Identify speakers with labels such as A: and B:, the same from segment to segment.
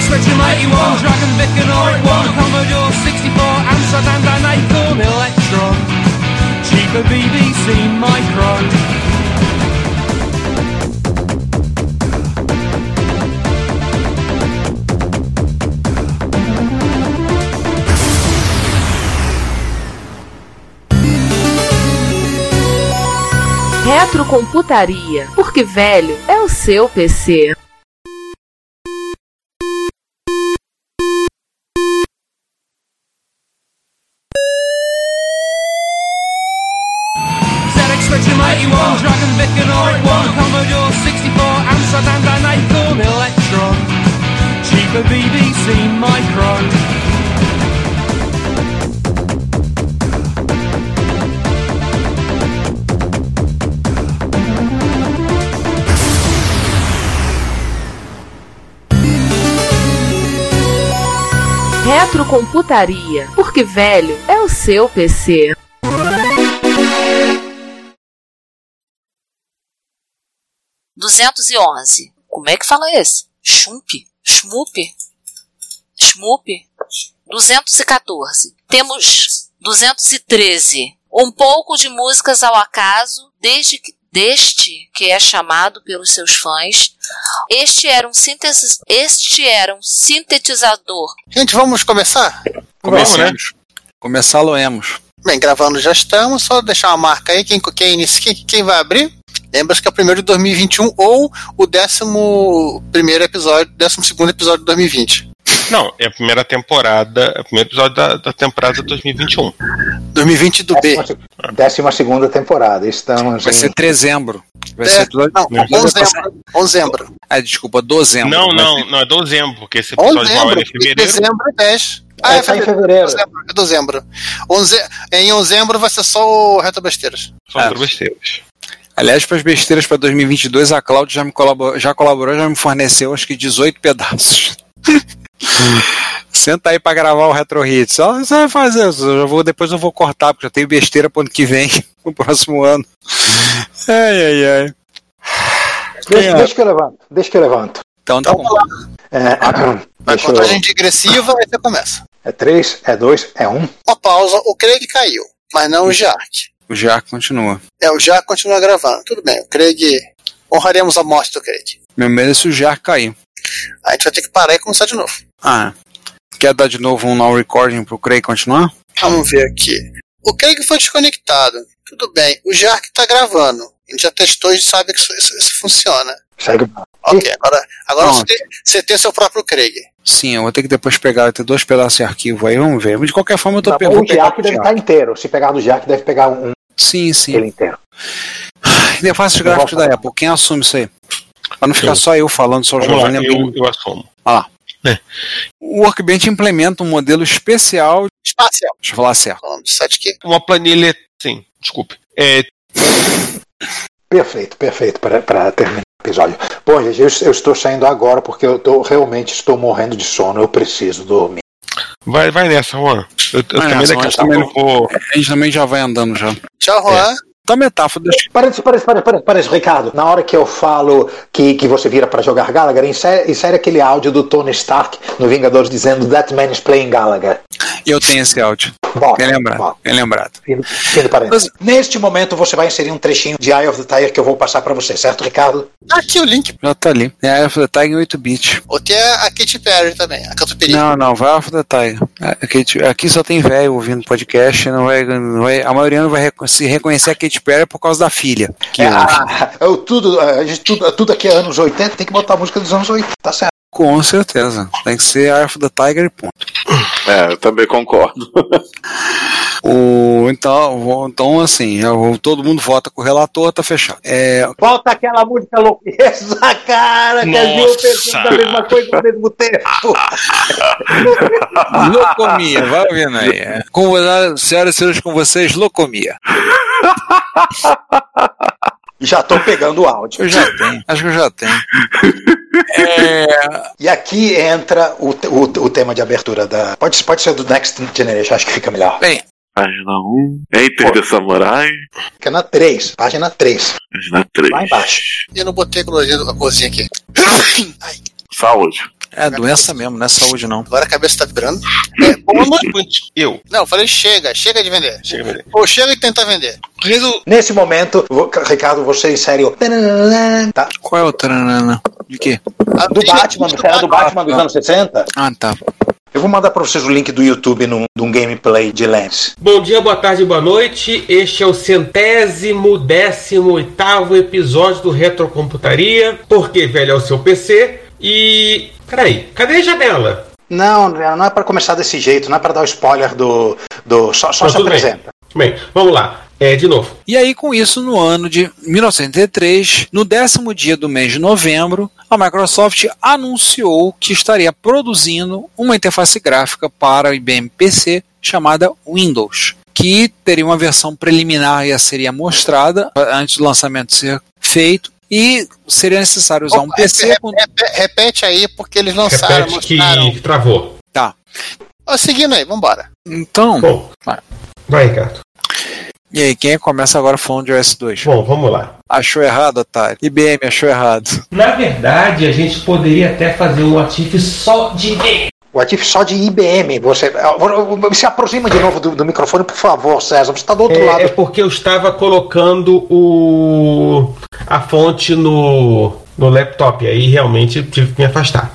A: 31, Dragonvic and Oric 1, Commodore 64, Amsterdam and Acorn Electron, cheaper BBC Micron.
B: Retrocomputaria, porque velho é o seu PC.
A: ZX Spectrum 81, Dragonvic and Oric 1, Commodore 64, Amsterdam and Acorn Electron, cheaper BBC Micron.
B: Retrocomputaria, porque velho é o seu PC.
C: duzentos e onze Como é que fala esse? Chump? Schmup? Schmup? 214. Temos 213. Um pouco de músicas ao acaso, desde que deste que é chamado pelos seus fãs. Este era um sínteses, este era um sintetizador.
D: Gente, vamos começar?
E: Começamos. Começar loemos.
D: Bem, gravando já estamos, só deixar uma marca aí, quem, quem, inicia- quem, quem vai abrir? Lembra-se que é o primeiro de 2021 ou o décimo primeiro episódio, décimo segundo episódio de 2020.
F: Não, é a primeira temporada, é o primeiro episódio da, da temporada 2021.
D: 2020 do B.
G: Décima, se- décima segunda temporada. Estamos
E: Vai
G: em É, tá
E: ser trezembro. Vai
D: É,
E: ser episódio.
D: Não,
F: Né?
D: onzembro. Onzembro.
E: Ah, desculpa, dozembro.
F: não,
E: Vai
F: não,
E: ser-
F: não, é dezembro, porque esse episódio vai ao ar
D: Onzembro.
F: em fevereiro.
D: Dezembro é 10. Ah,
G: Ah,
D: é
G: tá em
D: fevereiro.
G: fevereiro.
D: Dezembro, É dezembro. Onze... Em onzembro vai ser só o Reto Besteiras.
F: São
E: Ah.
F: ah. besteiras.
E: Aliás, para as besteiras para 2022, a Cláudia já, me colaborou, já colaborou, já me forneceu acho que 18 pedaços. Senta aí para gravar o Retro Hits. Ela "Você vai fazer, isso, eu já vou, depois eu vou cortar, porque já tenho besteira pro ano que vem, pro próximo ano. Ai, ai, ai.
G: Deixa,
E: É.
G: deixa que eu levanto. Deixa que eu levanto.
E: Então tá bom.
G: É,
D: Ah, Vai
G: deixa
D: contagem
G: eu,
D: digressiva aí você começa.
G: é três, é dois, é um.
D: Uma pausa, o Craig caiu, mas não o Jark.
E: O Jaco continua.
D: É, o Jark continua gravando. Tudo bem, o Craig. Honraremos a morte do Craig.
E: Meu medo é se o Jaco cair.
D: A gente vai ter que parar e começar de novo.
E: Ah. Quer dar de novo um now recording pro Craig continuar?
D: Vamos ver aqui. O Craig foi desconectado. Tudo bem, o Jark tá gravando. A gente já testou e sabe que isso, isso- isso funciona.
G: Segue.
D: Ok, agora, agora você,
E: Pronto.
D: tem, você tem seu próprio Craig.
E: Sim, eu vou ter que depois pegar, ter dois pedaços de arquivo aí, vamos ver. Mas de qualquer forma eu tô
G: Tá,
E: pe- vou
G: o
E: pegar
G: Jack
E: o
G: deve
E: Jaco.
G: estar inteiro. Se pegar do Jack, deve pegar um,
E: Sim, sim.
G: ele inteiro.
E: Interfaces
G: Eu vou
E: gráficos da
G: falar.
E: Apple, quem assume isso aí? Pra não ficar
F: Eu.
E: só eu falando, só o
F: Vamos lá, um.
E: Giovanni
F: eu, É.
E: abrindo.
F: eu assumo.
E: Ah O Workbench implementa um modelo especial.
D: Espacial.
E: Deixa eu falar certo.
D: O nome do site aqui.
F: Uma planilha, sim, desculpe. É,
G: Perfeito, perfeito, para terminar o episódio. Bom, gente, eu, eu estou saindo agora porque eu tô, realmente estou morrendo de sono, eu preciso dormir.
F: vai, vai tá nessa, Juan. Eu, eu
E: Vai
F: também
E: nessa,
F: daqui a
E: Juan,
F: pouco
E: também
F: eu vou.
E: A gente também já vai andando já.
D: Tchau, Juan.
E: Então, a metáfora. das-
G: Parece, parece, parece, parece, parece, Ricardo. Na hora que eu falo que, que você vira para jogar Gallagher, insere, insere aquele áudio do Tony Stark no Vingadores dizendo That man is playing Gallagher.
E: Eu tenho esse áudio.
G: Bom,
E: Bem lembrado.
G: bom.
E: Bem lembrado.
G: Fim- fim do parênteses. Neste momento você vai inserir um trechinho de Eye of the Tiger que eu vou passar para você, certo, Ricardo?
D: Tá Aqui o link.
E: Já tá ali. É a Alpha the Tiger em 8-bit.
D: Ou tem a, a Katy Perry também, a Catupiry.
E: Não, não, vai Alpha the Tiger. é A Kate- Aqui só tem velho ouvindo podcast. Não vai, não vai- a maioria não vai reco- se reconhecer a Kate Perry por causa da filha. Que
G: é,
E: ouve.
G: ah, eu, tudo, a gente, tudo, tudo aqui é anos 80, tem que botar a música dos anos 80, tá certo?
E: Com certeza. Tem que ser a Alpha the Tiger e ponto.
H: É, eu também concordo.
E: O, então, vo- então, assim, eu vou- todo mundo vota com o relator, tá fechado. É,
G: Volta aquela música louca. Essa cara, que as mil
F: Nossa.
G: pessoas da mesma coisa ao mesmo tempo.
E: locomia, vai ouvindo aí. É. Com, senhoras e senhores, com vocês, locomia.
G: Já tô pegando o áudio.
E: Eu já tenho, acho que eu já tenho. É,
G: E aqui entra o, te- o, o tema de abertura da. Pode, pode ser do Next Generation, acho que fica melhor.
E: bem,
H: Página 1. Enter the Samurai.
G: Fica na 3, página 3.
H: Página 3.
G: Lá embaixo.
D: Eu não botei a corzinha, a corzinha aqui.
H: Saúde.
E: É doença mesmo, não é saúde não.
D: Agora a cabeça tá vibrando. É, boa noite.
I: Eu.
D: Não, eu falei chega, chega de vender.
I: Chega, Beleza.
D: Ou chega de tentar vender.
I: Resol...
J: Nesse momento, vo- Ricardo, você insere o. Tá?
E: Qual é o tranana? De quê?
D: A-
J: Do Batman, era do Batman dos anos 60.
E: Ah, tá.
J: Eu vou mandar pra vocês o link do YouTube num- de um gameplay de Lance.
F: Bom dia, boa tarde, boa noite. Este é o centésimo, décimo oitavo episódio do Retrocomputaria. Porque velho é o seu PC. E. Peraí, cadê a janela?
J: Não, Adriano, não é pra começar desse jeito, não é pra dar o spoiler do. do só só
F: Tá,
J: se
F: tudo bem.
J: apresenta.
F: Bem, vamos lá. É, de novo.
E: E aí, com isso, no ano de 1983, no décimo dia do mês de novembro, a Microsoft anunciou que estaria produzindo uma interface gráfica para o IBM PC chamada Windows, que teria uma versão preliminar e a seria mostrada antes do lançamento ser feito. E seria necessário usar um
D: Opa,
E: PC com
D: Repe- Repete aí, porque eles lançaram,
F: Repete
D: mostraram.
F: que travou.
D: Ó, seguindo aí, vambora.
E: Tá. Então,
F: Bom,
E: Vai.
F: vai, Ricardo.
E: e aí, quem começa agora falando de OS 2?
F: Bom, vamos lá.
E: Achou errado, otário. IBM achou errado.
F: Na verdade, a gente poderia até fazer um atif só de
J: O ativo só de IBM. Você se aproxima de novo do, do microfone, por favor, César. Você está do outro
F: é, é
J: lado.
F: porque eu estava colocando o a fonte no, no laptop aí realmente tive que me afastar,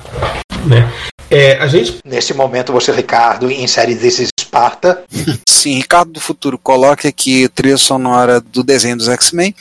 F: né? É, a gente
J: Nesse momento, você, Ricardo, insere This is Sparta.
E: Sim, Ricardo do Futuro, coloque aqui trilha sonora do desenho dos X-Men.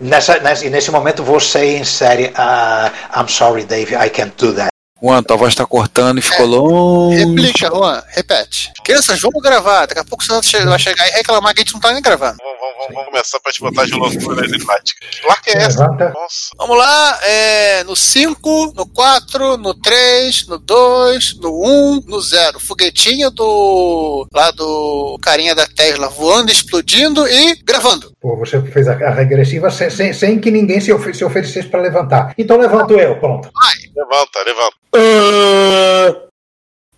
J: Nessa, nessa- e nesse momento, você insere a I'm sorry, Dave, I can't do that.
E: Juan, tua voz tá cortando e
F: É,
E: ficou longe.
D: Replica, Juan, repete. Crianças, vamos gravar. Daqui a pouco você vai che- vai chegar e reclamar que a gente não tá nem gravando.
H: Vamos, vamos, vamos, vamos começar pra te botar de loucura em prática. Que marca é essa? Nossa.
D: Vamos lá, é, no 5, no 4, no 3, no 2, no 1, no 0. Foguetinho do. lá do carinha da Tesla voando, explodindo e gravando.
G: Pô, você fez a, a regressiva sem, sem- sem que ninguém se, ofe- se oferecesse para levantar. Então levanto eu, pronto.
H: Levanta, levanta.
F: Eh,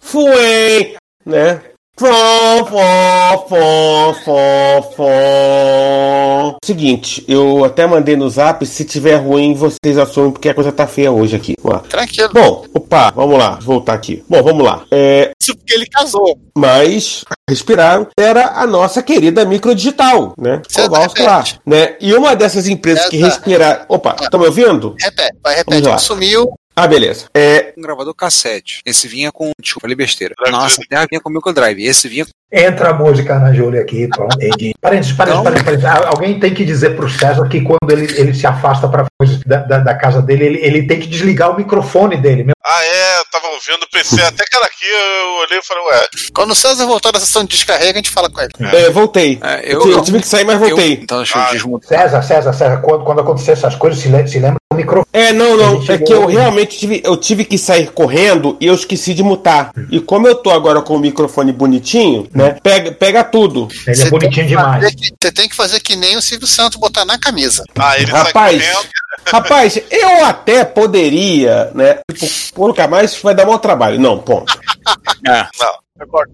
F: fui, né? Fó, fó, fó, fó, fó. Seguinte, eu até mandei no zap, se tiver ruim, vocês assumem porque a coisa tá feia hoje aqui. Ó.
D: Tranquilo.
F: Bom, opa, vamos lá, vou voltar aqui. Bom, vamos lá. É,
D: Isso porque ele casou.
F: mas respiraram, era a nossa querida microdigital, né?
D: Você
F: Kowalski lá,
D: repete.
F: né? E uma dessas empresas que
D: Essa-
F: respiraram. Opa, tá me ouvindo?
D: Repete, vai,
F: Vamos
D: repete.
F: lá.
D: Ele sumiu.
F: Ah, beleza. É,
E: Um gravador cassete. Esse vinha com. Desculpa, falei besteira.
H: Drive
E: Nossa, a terra vinha com microdrive. Esse vinha.
G: Entra a música na Júlia aqui, pronto. Entendi. Parênteses,
F: Então?
G: parênteses, parênteses, parênteses. Ah, Alguém tem que dizer pro César que quando ele, ele se afasta para da, da, da casa dele, ele, ele tem que desligar o microfone dele. Meu
H: Ah, é, eu tava ouvindo o PC até que ela aqui, eu olhei e falei, ué,
D: Quando o César voltar da sessão de descarrega, a gente fala com ele.
F: é, voltei.
E: É,
F: Eu, eu tive que sair, mas
E: eu-
F: voltei.
E: então deixa eu
H: Ah.
E: desmutar.
G: César, César, César, quando, quando acontecer essas coisas, se, le- se lembra do microfone.
F: É, não, não.
G: Ele
F: É que eu
G: chegou-
F: realmente tive, eu tive que sair correndo e eu esqueci de mutar. E como eu tô agora com o microfone bonitinho, né? Pega, pega tudo.
G: Ele é bonitinho demais.
D: Fazer que- Você tem que fazer que nem o Silvio Santos botar na camisa.
H: ah, ele
F: Rapaz.
H: sai correndo.
F: Rapaz, eu até poderia, né? Tipo, colocar mais, vai dar mau trabalho. Não, ponto.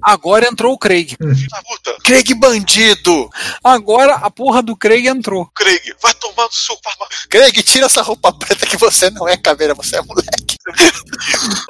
E: Agora entrou o Craig.
H: Ah, puta,
D: Craig bandido!
E: Agora a porra do Craig entrou.
H: Craig, vai tomar no seu par-
D: Craig, tira essa roupa preta que você não é caveira, você é moleque.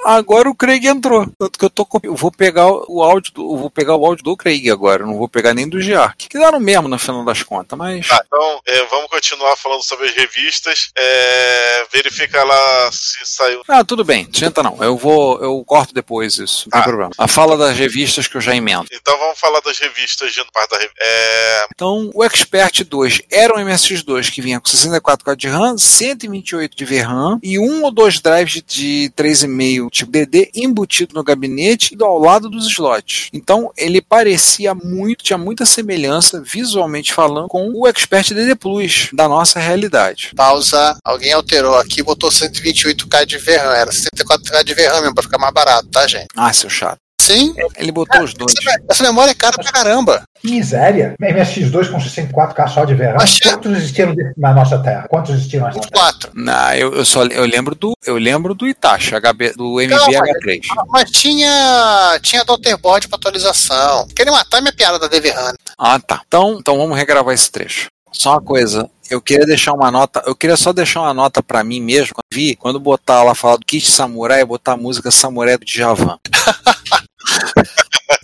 E: Agora o Craig entrou. Tanto que eu tô com... eu vou pegar o áudio do... eu vou pegar o áudio do Craig agora. Eu não vou pegar nem do Giark. Que deram mesmo no final das contas, mas.
H: Tá, então é, vamos continuar falando sobre as revistas. É, verifica lá se saiu.
E: Ah, tudo bem, tenta não. Eu vou, eu corto depois isso, não
H: Ah.
E: tem problema. A fala das revistas que eu já emendo.
H: Então vamos falar das revistas de parte da revista. É,
E: Então, o Expert 2 era um MSX2 que vinha com 64 de RAM, 128 de VRAM e um ou dois drives de 3,5 tipo DD embutido no gabinete e ao lado dos slots. Então, ele parecia muito, tinha muita semelhança visualmente falando com o Expert DD Plus da nossa realidade.
D: Pausa. Alguém alterou aqui, botou 128k de VRAM. Era 64k de VRAM mesmo, pra ficar mais barato, tá, gente?
E: Ah, seu chato.
D: Sim.
E: Ele botou os dois.
D: Essa, me- essa memória é cara pra caramba.
G: Que miséria. MSX2 com 64K só de verão.
D: Achei-
G: Quantos existiram de- na nossa terra? Quantos existiram na nossa terra?
D: 4.
E: Não, eu, eu só eu lembro do eu lembro do Itachi, HB, do
D: Calma,
E: MBH3.
D: Mas tinha. Tinha daughterboard pra atualização. Querem matar minha piada da DVRAM.
E: Ah, tá. Então, então vamos regravar esse trecho. Só uma coisa, Eu queria deixar uma nota, eu queria só deixar uma nota pra mim mesmo, quando vi, quando botar lá falar do kit samurai, botar a música samurai do Djavan.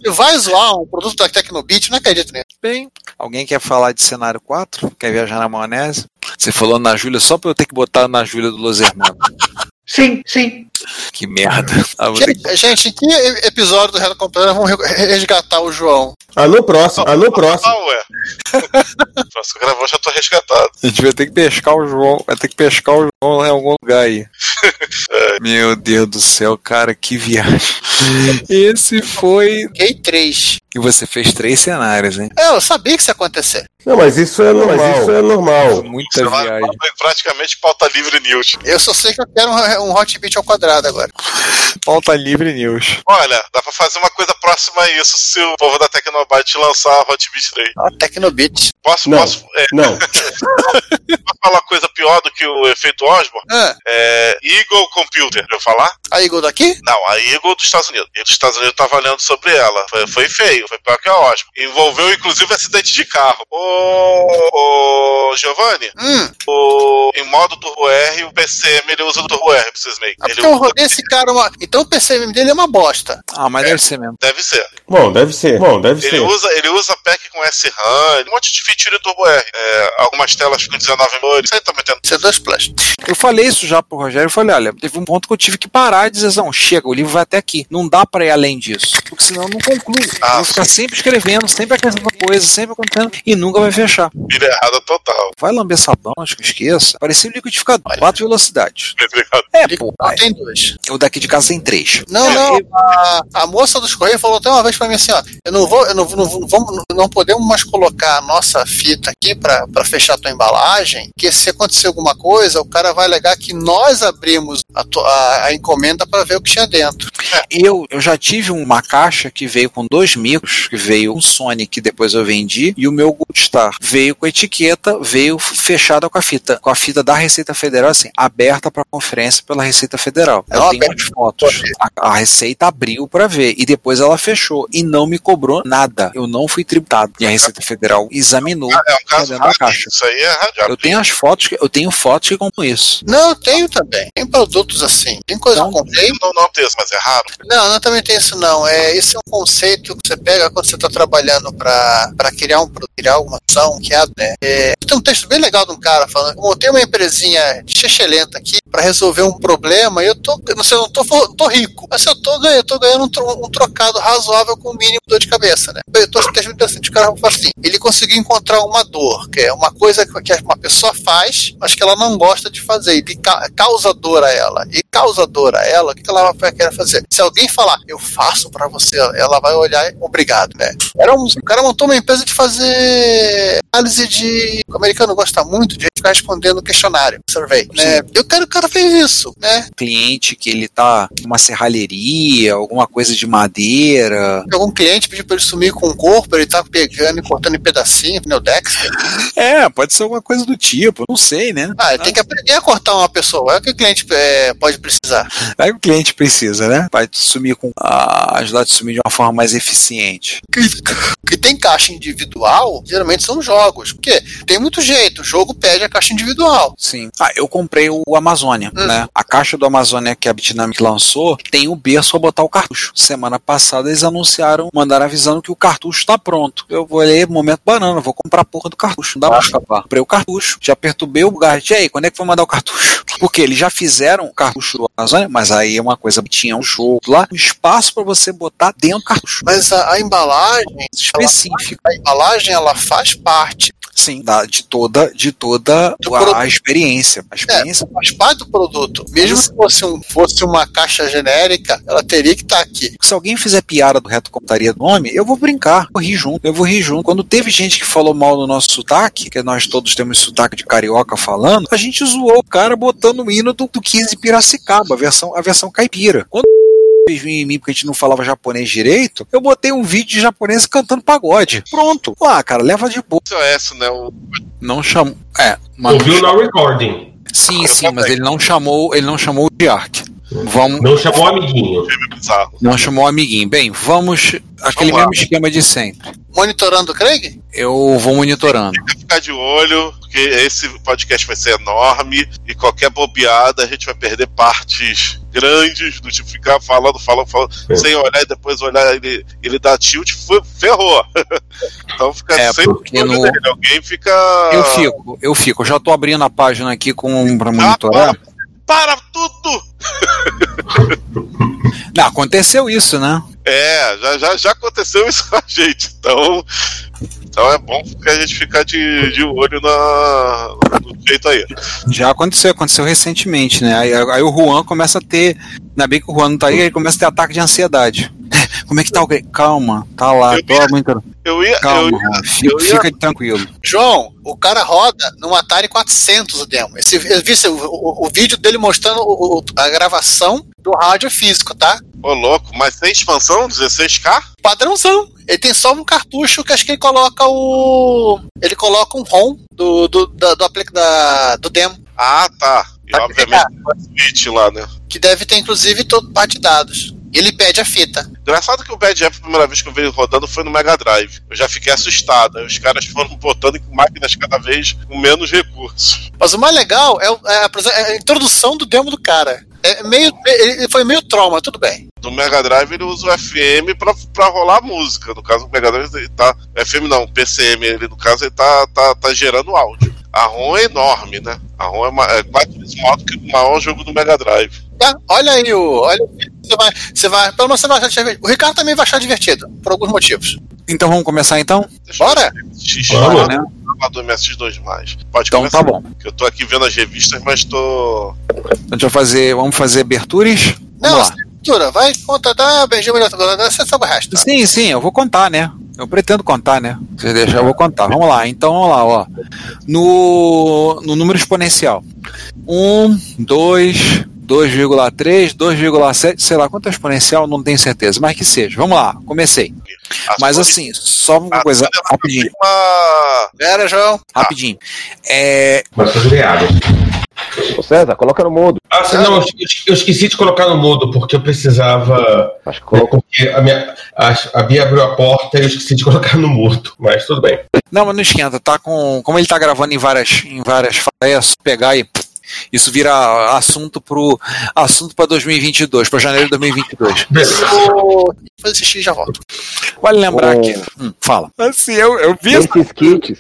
D: Vai zoar um produto da Tecnobit, não acredito nisso.
E: Bem, alguém quer falar de cenário 4? Quer viajar na maionese? Você falou na Júlia só pra eu ter que botar na Júlia do Los Hermanos.
G: Sim, sim.
E: Que merda. Ah, vou ter que-
D: Gente, gente, em que e- episódio do Reto Completo vamos re- resgatar o João?
F: Alô, próximo. Alô, próximo.
H: Ah, ué. Só se eu gravar, eu já tô resgatado.
E: A gente vai ter que pescar o João. Vai ter que pescar o João em algum lugar aí. Meu Deus do céu, cara, que viagem. Esse foi.
D: Gay 3.
E: E você fez três cenários, hein?
D: É, eu sabia que isso ia acontecer.
F: Não, mas isso é normal. Mas isso é normal.
E: Muita viagem.
H: Foi praticamente pauta livre news.
D: Eu só sei que eu quero um, um hot beat ao quadrado agora.
E: Pauta livre news.
H: Olha, dá pra fazer uma coisa próxima a isso se o povo da Tecnobyte lançar a Hot Beat 3.
D: Ah, Tecnobit.
H: Posso,
F: Não.
H: posso, é,
F: Não.
H: posso falar coisa pior do que o efeito Osborne?
D: Ah,
H: É, Eagle Computer, eu falar?
D: a Eagle daqui?
H: Não, a Eagle dos Estados Unidos. E dos Estados Unidos tava lendo sobre ela. Foi, foi feio, foi pior que a Osmo. Envolveu, inclusive, acidente de carro. Ô, ô Giovanni,
D: Hum,
H: o, em modo Turbo R, o PCM ele usa o Turbo R pro Snake.
D: ah,
H: Ele
D: porque eu
H: usa-
D: rodei esse cara uma. Então o PCM dele é uma bosta.
E: Ah, mas deve ser mesmo.
H: Deve ser.
F: Bom, deve ser. Bom, deve
H: Ele
F: ser.
H: usa, ele usa pack com SRAM, um monte de feature do Turbo R. É, algumas telas com 19 cores. Isso aí tá também tem.
D: C2 é Plus.
E: Eu falei isso já pro Rogério. Eu falei, olha, teve um ponto que eu tive que parar e dizer, assim, não, chega, o livro vai até aqui. Não dá pra ir além disso. Porque senão eu não concluo. Eu
H: Ah,
E: vou ficar sempre escrevendo, sempre acrescentando coisa, sempre acontecendo e nunca vai fechar.
H: Vida errada total.
E: Vai lamber sabão, acho que eu esqueça. Parecia um liquidificador. Quatro velocidades.
H: Obrigado.
E: É, pô.
D: Não
E: pai.
D: tem dois.
E: O daqui de casa tem três.
H: É.
D: Não, não. A, a moça dos Correios falou até uma vez pra mim assim, ó. Eu não vou, eu não, não, vou- vamos, não podemos mais colocar a nossa fita aqui pra, pra fechar a tua embalagem, que se acontecer alguma coisa, o cara vai alegar que nós abrimos a, tua- a- a encomenda pra ver o que tinha dentro.
E: Eu, eu já tive uma caixa que veio com dois micros, que veio um Sony que depois eu vendi, e o meu Goldstar veio com etiqueta, veio f- fechada com a fita, com a fita da Receita Federal, assim, aberta para conferência pela Receita Federal. Eu
D: Não,
E: tenho
D: aberta.
E: as fotos. A, a Receita abriu para ver e depois ela fechou e não me cobrou nada. Eu não fui tributado. E a Receita Federal examinou
H: É um caso
E: dentro da
H: rápido.
E: caixa.
H: Isso aí é rápido.
E: Eu tenho as fotos, que- eu tenho fotos que compram isso.
D: Não, eu tenho também. Tem produtos assim. Tem coisa que eu comprei.
H: Não, não tem isso, mas é raro.
D: Não, não também tem isso não. É, isso é um conceito que você pega quando você está trabalhando para criar um produto, criar alguma ação, que é, né? É, tem um texto bem legal de um cara falando que montei uma empresinha de chechelenta aqui para resolver um problema e eu tô, eu não sei, eu não tô, fo- tô rico, mas eu tô ganhando, eu tô ganhando um, tro- um trocado razoável com o mínimo de dor de cabeça, né? Eu tô um texto muito interessante, o cara fala assim, ele conseguiu encontrar uma dor, que é uma coisa que que uma pessoa faz, mas que ela não gosta de fazer, e que ca- causa dor a ela, e causa dor a ela, o que que ela vai querer fazer? Se alguém falar, eu faço pra você, ela vai olhar, obrigado, né? Era um, o cara montou uma empresa de fazer análise de. O americano gosta muito de ficar respondendo questionário, survey. Né? Eu quero que o cara fez isso, né?
E: Cliente que ele tá com uma serralheria, alguma coisa de madeira,
D: Algum cliente pediu pra ele sumir com o corpo, ele tá pegando e cortando em pedacinho, pneudex.
E: É, pode ser alguma coisa do tipo, não sei, né?
D: Ah, ele tem que aprender a cortar uma pessoa, é o que o cliente é, pode precisar.
E: Aí o cliente precisa, né? Vai sumir com. a- ajudar a te sumir de uma forma mais eficiente.
D: O que tem caixa individual, geralmente são jogos, porque tem muito jeito, o jogo pede a caixa individual.
E: Sim. Ah, eu comprei o Amazônia, né? A caixa do Amazônia que a Bitnamic lançou tem o berço pra botar o cartucho. Semana passada eles anunciaram, mandaram avisando que o cartucho tá pronto. Eu vou ler momento banana, vou comprar a porra do cartucho. Não dá pra escapar. Comprei o cartucho, já perturbei o guard. E aí, quando é que vai mandar o cartucho? Porque eles já fizeram o cartucho do Amazônia, mas aí é uma coisa, tinha um jogo lá, um espaço pra você botar dentro do cartucho.
D: Mas a, a embalagem, ela-
E: específico,
D: a embalagem ela faz parte,
E: sim, da- de toda, de toda
D: Do
E: a- a,
D: produto.
E: experiência. A experiência
D: faz parte do produto. Mesmo se fosse, um- fosse uma caixa genérica, ela teria que estar aqui.
E: Se alguém fizer piada do reto computaria do nome, eu vou brincar, eu vou rir junto, eu vou rir junto. Quando teve gente que falou mal do nosso sotaque, que nós todos temos sotaque de carioca falando, a gente zoou o cara botando o hino do, do 15 Piracicaba, a versão, a versão caipira. Quando fez em mim porque a gente não falava japonês direito, eu botei um vídeo de japonês cantando pagode. Pronto. Ah, cara, leva de boa.
H: Isso é isso, né? O
E: Não chamou. É, mas
F: Ouviu na recording.
E: Sim, sim, mas ele não chamou, ele não chamou o Diark. Vamos...
F: Não chamou amiguinho.
E: Não chamou amiguinho. Bem, vamos. Aquele mesmo esquema de sempre.
D: Monitorando o Craig?
E: Eu vou monitorando.
H: Ficar de olho, porque esse podcast vai ser enorme e qualquer bobeada a gente vai perder partes grandes do tipo ficar falando, falando, falando, sem olhar e depois olhar ele, ele dá tilt, fu- ferrou. então fica
E: É,
H: sempre
E: porque
H: de olho
E: no- um
H: nele. Alguém fica.
E: Eu fico, eu fico. Já tô abrindo a página aqui com um
H: Ah,
E: pra monitorar.
H: Para tudo!
E: Não, aconteceu isso, né?
H: É, já, já, já aconteceu isso com a gente, então. Então é bom que a gente ficar de, de olho na, no jeito aí.
E: Já aconteceu, aconteceu recentemente, né? Aí, aí o Juan começa a ter. Ainda bem que o Juan não tá aí, ele começa a ter ataque de ansiedade. Como é que tá o Greg? Calma, tá lá, tô monitorando.
H: Eu ia.
E: Calma,
H: eu ia-
E: Juan, fica,
H: eu ia-
E: fica tranquilo.
D: João, o cara roda num Atari 400 o demo. Esse, eu vi esse- o, o- o vídeo dele mostrando o- o- a gravação do rádio físico, tá?
H: Ô, louco, mas tem expansão? 16K?
D: Padrãozão. Ele tem só um cartucho que acho que ele coloca o. Ele coloca um ROM do, do, da- do, apli- da- do demo.
H: Ah, tá. E
D: Tá
H: obviamente o Switch lá, né?
D: que deve ter inclusive todo parte de dados. Ele pede a fita.
H: Engraçado que o Bad App, a primeira vez que eu vi ele rodando foi no Mega Drive. Eu já fiquei assustado. Aí Os caras foram botando com máquinas cada vez com menos recursos.
D: Mas o mais legal é, o- é a apresen- é a introdução do demo do cara. É meio, ele foi meio trauma, tudo bem.
H: No Mega Drive ele usa o FM pra, pra rolar música. No caso do Mega Drive ele tá. FM não, PCM, ele, no caso ele tá, tá, tá gerando áudio. A ROM é enorme, né? A ROM é, ma- é quatro vezes maior do que o maior jogo do Mega Drive.
D: Ah, olha aí o. Olha, você vai, você vai, pelo menos você vai achar divertido. O Ricardo também vai achar divertido, por alguns motivos.
E: Então vamos começar então?
H: Deixa eu
D: Bora?
H: X,
E: Bora,
H: né?
E: né?
H: do MSX2. mais. Pode
E: Então
H: começar.
E: tá bom.
H: Que eu tô aqui vendo as revistas, mas tô.
E: A gente vai fazer. Vamos fazer aberturas?
D: Não,
E: vamos lá.
D: Dura, vai, conta, dá, beijinho, melhor, você sabe o resto.
E: Tá. Sim, sim, eu vou contar, né? Eu pretendo contar, né? Se vocês deixar, eu vou contar. Vamos lá, então vamos lá, ó. No, no número exponencial: 1, 2, 2,3, 2,7, sei lá quanto é exponencial, não tenho certeza, mas que seja. Vamos lá, comecei.
H: As
E: Mas
H: coisas-
E: assim, só uma Tá.
H: Ah,
E: coisa,
H: tudo é
E: rapidinho,
H: Ah,
D: Pera, João.
E: rapidinho. É,
F: Mas fazer água.
K: Ô César, coloca no mudo.
F: Ah, sim, não, eu esque- eu esqueci de colocar no mudo, porque eu precisava.
K: Acho que colocou.
F: Porque a, minha, a, a Bia abriu a porta e eu esqueci de colocar no mudo. Mas tudo bem.
E: Não, mas não esquenta, tá com. Como ele tá gravando em várias, em várias faixas, é pegar e. Isso vira assunto pro assunto para 2022, para janeiro de 2022.
F: Beleza.
D: Vou fazer esse xixi e já volto.
E: Vale lembrar
K: Ô.
E: que. Hum, fala. Assim, eu, eu vi.
K: Nesses kits,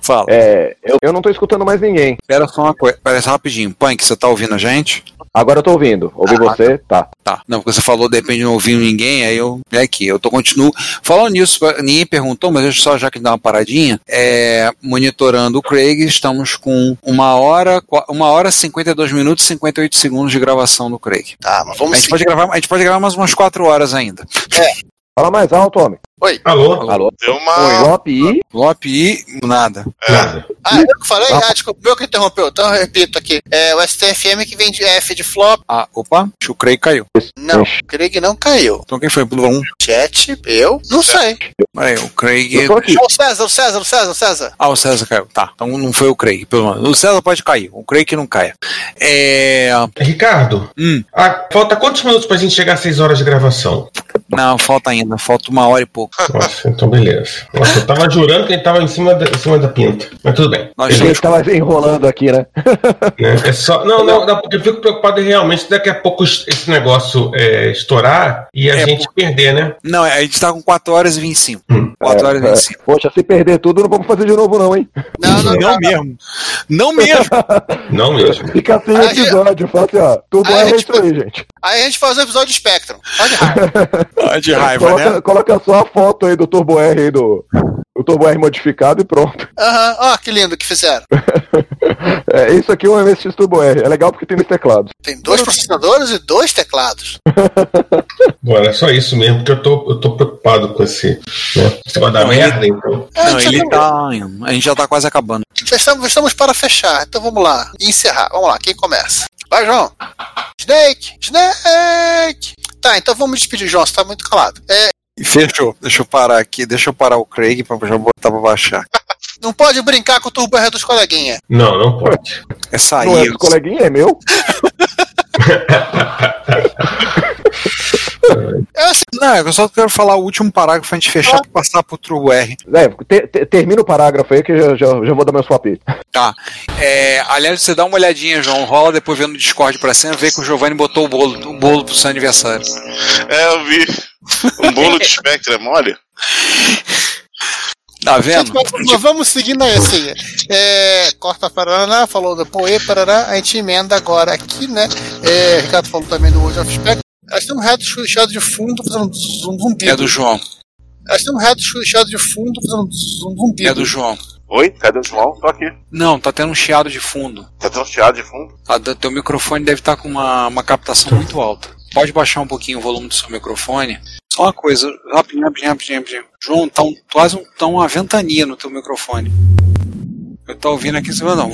E: Fala.
K: é, eu, eu não tô escutando mais ninguém.
E: Espera só uma coisa. Espera só rapidinho. Punk, você tá ouvindo a gente?
K: Agora eu tô ouvindo. Ouvi você? Tá.
E: Tá. Não, porque você falou, de repente não ouviu ninguém, aí eu. É aqui, eu tô continuo. Falando nisso, ninguém perguntou, mas eu só já que dá uma paradinha. É, monitorando o Craig, estamos com uma hora, qua- uma hora 52 minutos e 58 segundos de gravação do Craig.
D: Tá, mas
E: A
D: vamos
E: gente,
D: seguir.
E: pode gravar, a gente pode gravar mais umas 4 horas ainda.
K: Fala mais alto, homem.
F: Alô?
K: Alô?
H: deu
K: Oi,
H: uma.
K: Lope e.
E: Lop e nada.
F: Nada.
D: Ah, eu que falei? Ah, desculpa, meu que interrompeu. Então eu repito aqui. É o STFM que vem de F de flop.
E: Ah, opa, acho que o Craig caiu.
D: Não, Craig não caiu.
E: Então quem foi? Blum.
D: Chat, eu? Não sei.
E: Peraí, o Craig.
K: Eu tô aqui.
D: O César, o César, o César, o César.
E: Ah, o César caiu. Tá. Então não foi o Craig, pelo menos. O César pode cair. O Craig que não caia. É.
F: Ricardo,
E: Hum.
F: ah, falta quantos minutos pra gente chegar às 6 horas de gravação?
E: Não, falta ainda. Falta uma hora e pouco.
F: Nossa, então beleza. Nossa, eu tava jurando que ele tava em cima da, em cima da pinta. Mas tudo bem.
E: Nós
K: Ele
E: estamos
K: tava enrolando aqui, né?
F: Né? É só, não, não, não, porque eu fico preocupado realmente daqui a pouco es- esse negócio é, estourar e a
E: É,
F: gente perder, né?
E: Não, a gente tá com 4 horas e 25.
F: Hum.
E: 4 horas e
K: É,
E: 25.
K: Poxa, se perder tudo, não vamos fazer de novo, não, hein?
D: Não, não, não.
E: mesmo. Não mesmo.
F: Não mesmo.
K: Fica sem
D: Aí-
K: episódio. Fala assim, ó. Tudo
D: Aí a
K: é
D: gente
K: isso aí, gente.
D: Aí a gente faz um episódio de Spectrum. Só de raiva.
E: Ah, de raiva,
K: coloca,
E: né?
K: coloca só a foto aí do Turbo R aí do. O Turbo R modificado e pronto.
D: Aham, ó, que lindo que fizeram.
K: É, isso aqui é um MSX Turbo R. É legal porque tem nos teclados.
D: Tem dois processadores e dois teclados.
F: Bom, era é só isso mesmo, porque eu tô, eu tô preocupado com esse. Né? Esse negócio da
E: Não, ele-
F: merda, então.
D: É,
E: Não,
D: já
E: ele
D: tá-
E: tá. A gente já tá quase acabando.
D: já estamos, estamos para fechar, então vamos lá. E encerrar. Vamos lá, quem começa? Vai, João. Snake! Snake! Tá, então vamos despedir, João, você tá muito calado. É,
E: Fechou. Deixa eu parar aqui. Deixa eu parar o Craig pra já botar pra baixar.
D: não pode brincar com o Turbo R dos coleguinhas.
F: Não, não pode.
E: Essa aí.
K: não é dos coleguinha, é meu?
E: É assim, não, eu só quero falar o último parágrafo antes de fechar e passar pro True R.
L: É, te- te- termina o parágrafo aí que já, já, já vou dar meu swap.
E: Tá. É, aliás, você dá uma olhadinha, João. Rola depois vendo o Discord pra cima, vê que o Giovanni botou o bolo, o bolo pro seu aniversário.
H: É, eu vi. Um bolo de espectro é mole?
E: Tá
D: Gente, mas, mas vamos seguindo aí assim. É, corta Paraná, falou do Poe Paraná, a gente emenda agora aqui, né? É, Ricardo falou também do World of Spectre. Nós temos reto chuchado de fundo fazendo um zum zum
E: É do João.
D: Nós temos reto chuchado de fundo fazendo um zum zum
E: É do João.
H: Oi? Cadê o João? Tô aqui.
E: Não, tá tendo um chiado de fundo.
H: Tá tendo um chiado de fundo?
E: Tá, da- teu microfone deve estar com uma, uma
F: Tá.
E: captação muito alta. Pode baixar um pouquinho o volume do seu microfone. Só uma coisa, rapidinho, rapidinho, rapidinho. rapidinho. João, tá um, quase um, tá uma ventania no teu microfone. Eu tô ouvindo aqui, você vai não.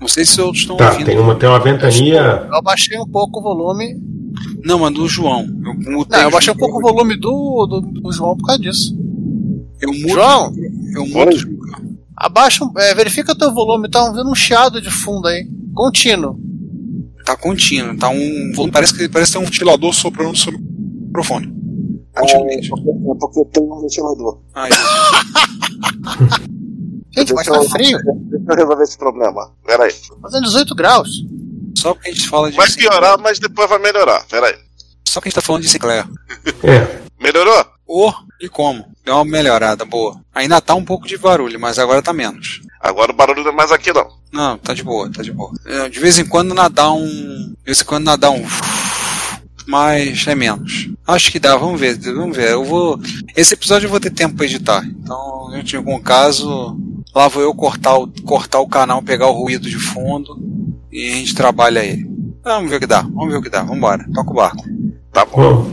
E: Não sei se outros estão
F: Tá,
E: ouvindo.
F: tem uma, tem uma ventania.
D: Eu baixei um pouco o volume.
E: Não, mas do João. Eu mutei.
D: Não, eu
E: o
D: baixei um
E: É João.
D: pouco o volume do, do, do João por causa disso.
E: Eu mudo.
D: João!
E: Eu mudo.
D: Abaixa, um- é, verifica teu volume, tá ouvindo um chiado de fundo aí. Contínuo.
E: Tá contínuo, tá um. vo- Parece que, parece que tem um ventilador soprando no seu microfone. Continuamente.
M: É porque eu tenho um ventilador.
E: Ai, Jesus.
D: Gente, mas tá
M: Deixa eu-
D: frio.
M: Deixa eu resolver esse problema.
H: Peraí.
D: Fazendo 18 graus.
E: Só porque a gente fala de.
H: Vai piorar, mas depois vai melhorar. Peraí.
E: Só que a gente tá falando de Sinclair.
F: É,
H: Melhorou?
E: Ou e como? Deu uma melhorada boa. Ainda tá um pouco de barulho, mas agora tá menos.
H: Agora o barulho não é mais aqui, não.
E: Não, tá de boa, tá de boa. É, De vez em quando nadar um. De vez em quando nadar um. Mas é menos. Acho que dá, vamos ver, vamos ver. Eu vou. Esse episódio eu vou ter tempo pra editar. Então, em algum caso, lá vou eu cortar o, cortar o canal, pegar o ruído de fundo e a gente trabalha ele. Vamos ver o que dá, vamos ver o que dá, vambora, toca o barco.
H: Tá bom.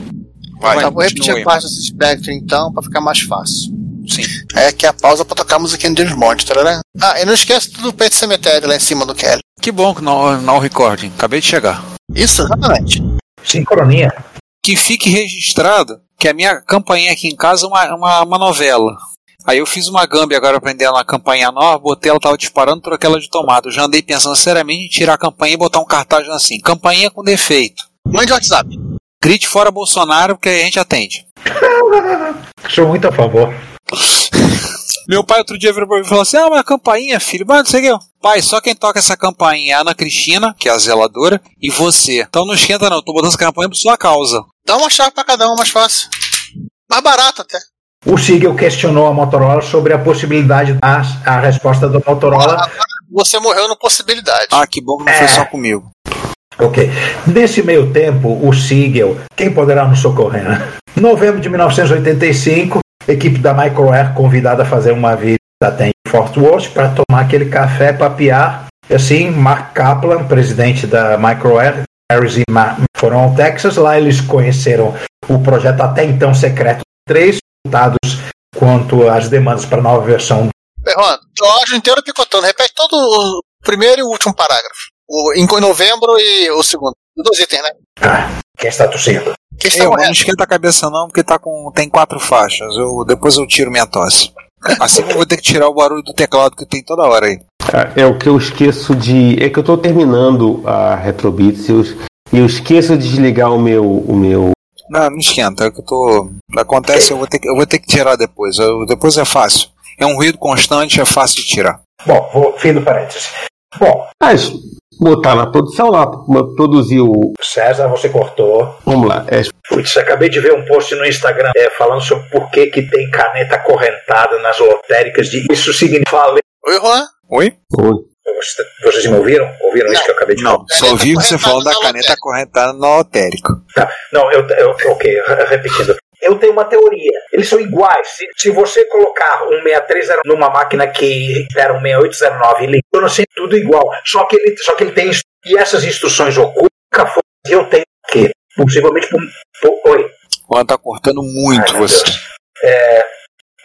H: Vai.
D: tá, vou repetir
E: continue.
D: a parte desse espectro então, pra ficar mais fácil.
E: Sim.
D: Aí aqui a pausa pra tocar a musiquinha de Monstro, né? Ah, e não esquece do peito cemitério lá em cima do Kelly.
N: Que bom que não, não recording. Acabei de chegar.
D: Isso, exatamente.
G: Sincronia.
E: que fique registrado que a minha campainha aqui em casa é uma, uma, uma novela. Aí eu fiz uma gambi agora pra prender ela na campainha nova, botei ela, tava disparando, troquei ela de tomada. Eu já andei pensando seriamente em tirar a campainha e botar um cartaz assim. Campainha com defeito.
D: Mande WhatsApp.
E: Grite fora Bolsonaro, que aí a gente atende.
G: Sou muito a favor.
E: Meu pai outro dia virou pra mim e falou assim: Ah, mas a campainha, filho, mas não sei o que. eu." Pai, só quem toca essa campainha é a Ana Cristina, que é a zeladora, e você. Então não esquenta, não, tô botando essa campainha por sua causa.
D: Dá uma chave pra cada um, mais fácil. Mais barato até.
G: O Siegel questionou a Motorola sobre a possibilidade da a resposta da Motorola.
D: Você morreu na possibilidade.
E: Ah, que bom que não foi
D: É.
E: só comigo.
G: Ok. Nesse meio tempo, o Siegel, quem poderá nos socorrer? né? Novembro de 1985, equipe da Microair convidada a fazer uma visita até em Fort Worth para tomar aquele café, papiar. E assim, Mark Kaplan, presidente da Microair, Harris e Ma foram ao Texas. Lá eles conheceram o projeto até então secreto 3, resultados quanto às demandas para a nova versão
D: Perrona, Jorge inteiro picotando. Repete todo o primeiro e o último parágrafo. O, em novembro e o segundo. Dois itens, né?
G: Quem está tossindo?
D: Quem está
E: Eu, mas
D: morrendo?
E: não esquenta a cabeça não, porque tá com, tem quatro faixas. Eu, depois eu tiro minha tosse. Assim eu vou ter que tirar o barulho do teclado que tem toda hora aí.
F: Ah, É o que eu esqueço de. É que eu tô terminando a Retrobits e eu, e eu esqueço de desligar o meu. O meu...
E: Não, não esquenta, é que eu tô. Acontece, eu vou ter que, eu vou ter que tirar depois. Eu- depois é fácil. É um ruído constante, é fácil de tirar.
G: Bom, vou, fim do parênteses. Bom,
F: Mas botar na produção lá, ma- produzir o.
G: César, você cortou.
F: Vamos lá. É...
G: Putz, acabei de ver um post no Instagram é, falando sobre por que, que tem caneta acorrentada nas lotéricas de. Isso significa. Falei.
D: Oi, Juan.
E: Oi?
F: Oi.
G: Vocês, vocês me ouviram? Ouviram isso que eu acabei de falar?
E: Não, só ouvi você falando da caneta correntada no lotérico.
G: Tá. Não, eu, eu. Ok, re- repetindo. Eu tenho uma teoria. Eles são iguais. Se, se você colocar um 630 numa máquina que era um 6809 e ligou, assim, tudo igual. Só que ele, só que ele tem. instru- E essas instruções ocultas foram. Eu tenho que. Possivelmente por. por oi.
E: Juan tá cortando muito você.
G: É,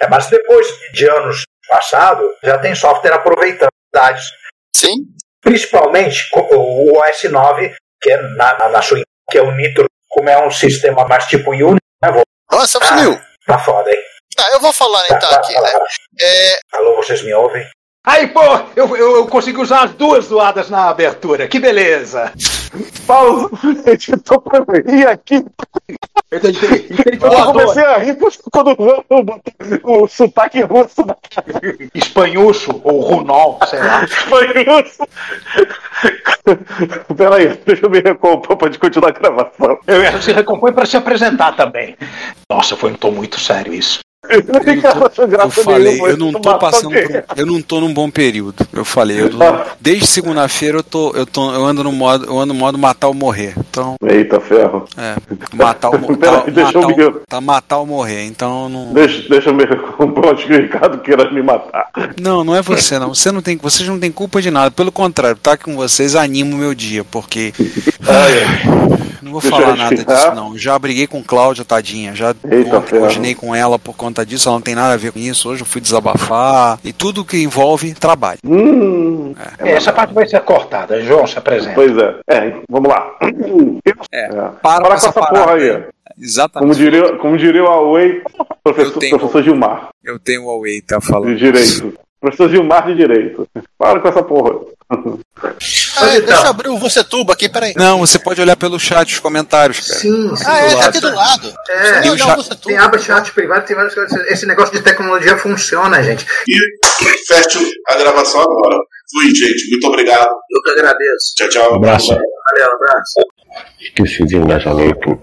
G: é, mas depois de anos passados, já tem software aproveitando dados.
D: Sim.
G: Principalmente co- o OS 9, que é na, na- na sua que é o Nitro, como é um sistema mais tipo Unix, né? Vou,
D: Nossa,
E: Ah.
D: sumiu. Ah,
G: tá foda, hein?
D: Tá, eu vou falar então aqui, né? É,
G: Alô, vocês me ouvem?
O: Aí, pô, eu, eu, eu consegui usar as duas zoadas na abertura. Que beleza.
P: Paulo, editor pra rir aqui.
O: Eu tô de- de- de-
P: Eu
O: voador.
P: comecei a rir quando eu botei o sotaque russo na cara.
G: Espanhucho ou runol, sei lá.
P: Espanhucho. Peraí, deixa eu me recompor pra gente continuar a gravação.
G: Eu se recompõe para se apresentar também. Nossa, foi um tom muito sério isso.
P: Eu
E: falei, eu não tô passando por- um, eu não tô num bom período. Eu falei, eu tô- desde segunda-feira eu tô, eu tô, eu ando no modo, eu ando no modo matar ou morrer. Então,
P: Eita, ferro.
E: é, matar ou morrer.
P: Peraí,
E: Tá,
P: deixa eu
E: matar,
P: me-
E: ou- tá matar ou morrer. Então não
P: Deixa, deixa eu me recompor, acho que o Ricardo queira me matar.
E: Não, não é você não. Você não tem, vocês não têm culpa de nada. Pelo contrário, tá com vocês anima o meu dia, porque não vou
P: Deixa eu
E: falar nada
P: respirar.
E: disso não. Já briguei com Cláudia, tadinha. Já
P: Eita, ferro.
E: imaginei com ela por conta disso. Ela não tem nada a ver com isso. Hoje eu fui desabafar e tudo que envolve trabalho.
G: É, essa parte vai ser cortada. João, se apresenta.
P: Hum, Pois é. É, vamos lá.
E: É,
P: para,
E: com
P: com
E: essa
P: essa porra
E: parada.
P: aí.
E: Exatamente.
P: Como diria, como diria o Away, professor, professor Gilmar,
E: Eu tenho o Huawei, tá falando.
P: de direito. Professor Gilmar de direito. Para com essa porra.
D: Ah,
E: então.
D: deixa eu abrir o você tubo aqui, peraí.
E: Não, você pode olhar pelo chat, os comentários, cara.
Q: Sim, sim.
D: Ah, é,
E: Do
D: tá
E: lado.
D: aqui do lado.
Q: É,
E: Tem o chat-
Q: tem
D: tá-
Q: aba de chat privado, tem várias coisas. Esse negócio de tecnologia funciona, gente.
H: E fecho a gravação agora. Fui, gente. Muito obrigado.
Q: Eu que agradeço.
H: Tchau, tchau.
F: Um abraço.
Q: Valeu, abraço.
F: Esqueci de engajar no YouTube.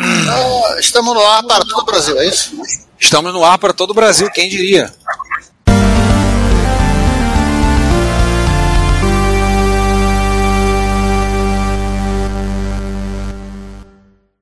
D: Ah, estamos no ar para todo o Brasil, é isso?
E: Estamos no ar para todo o Brasil, quem diria?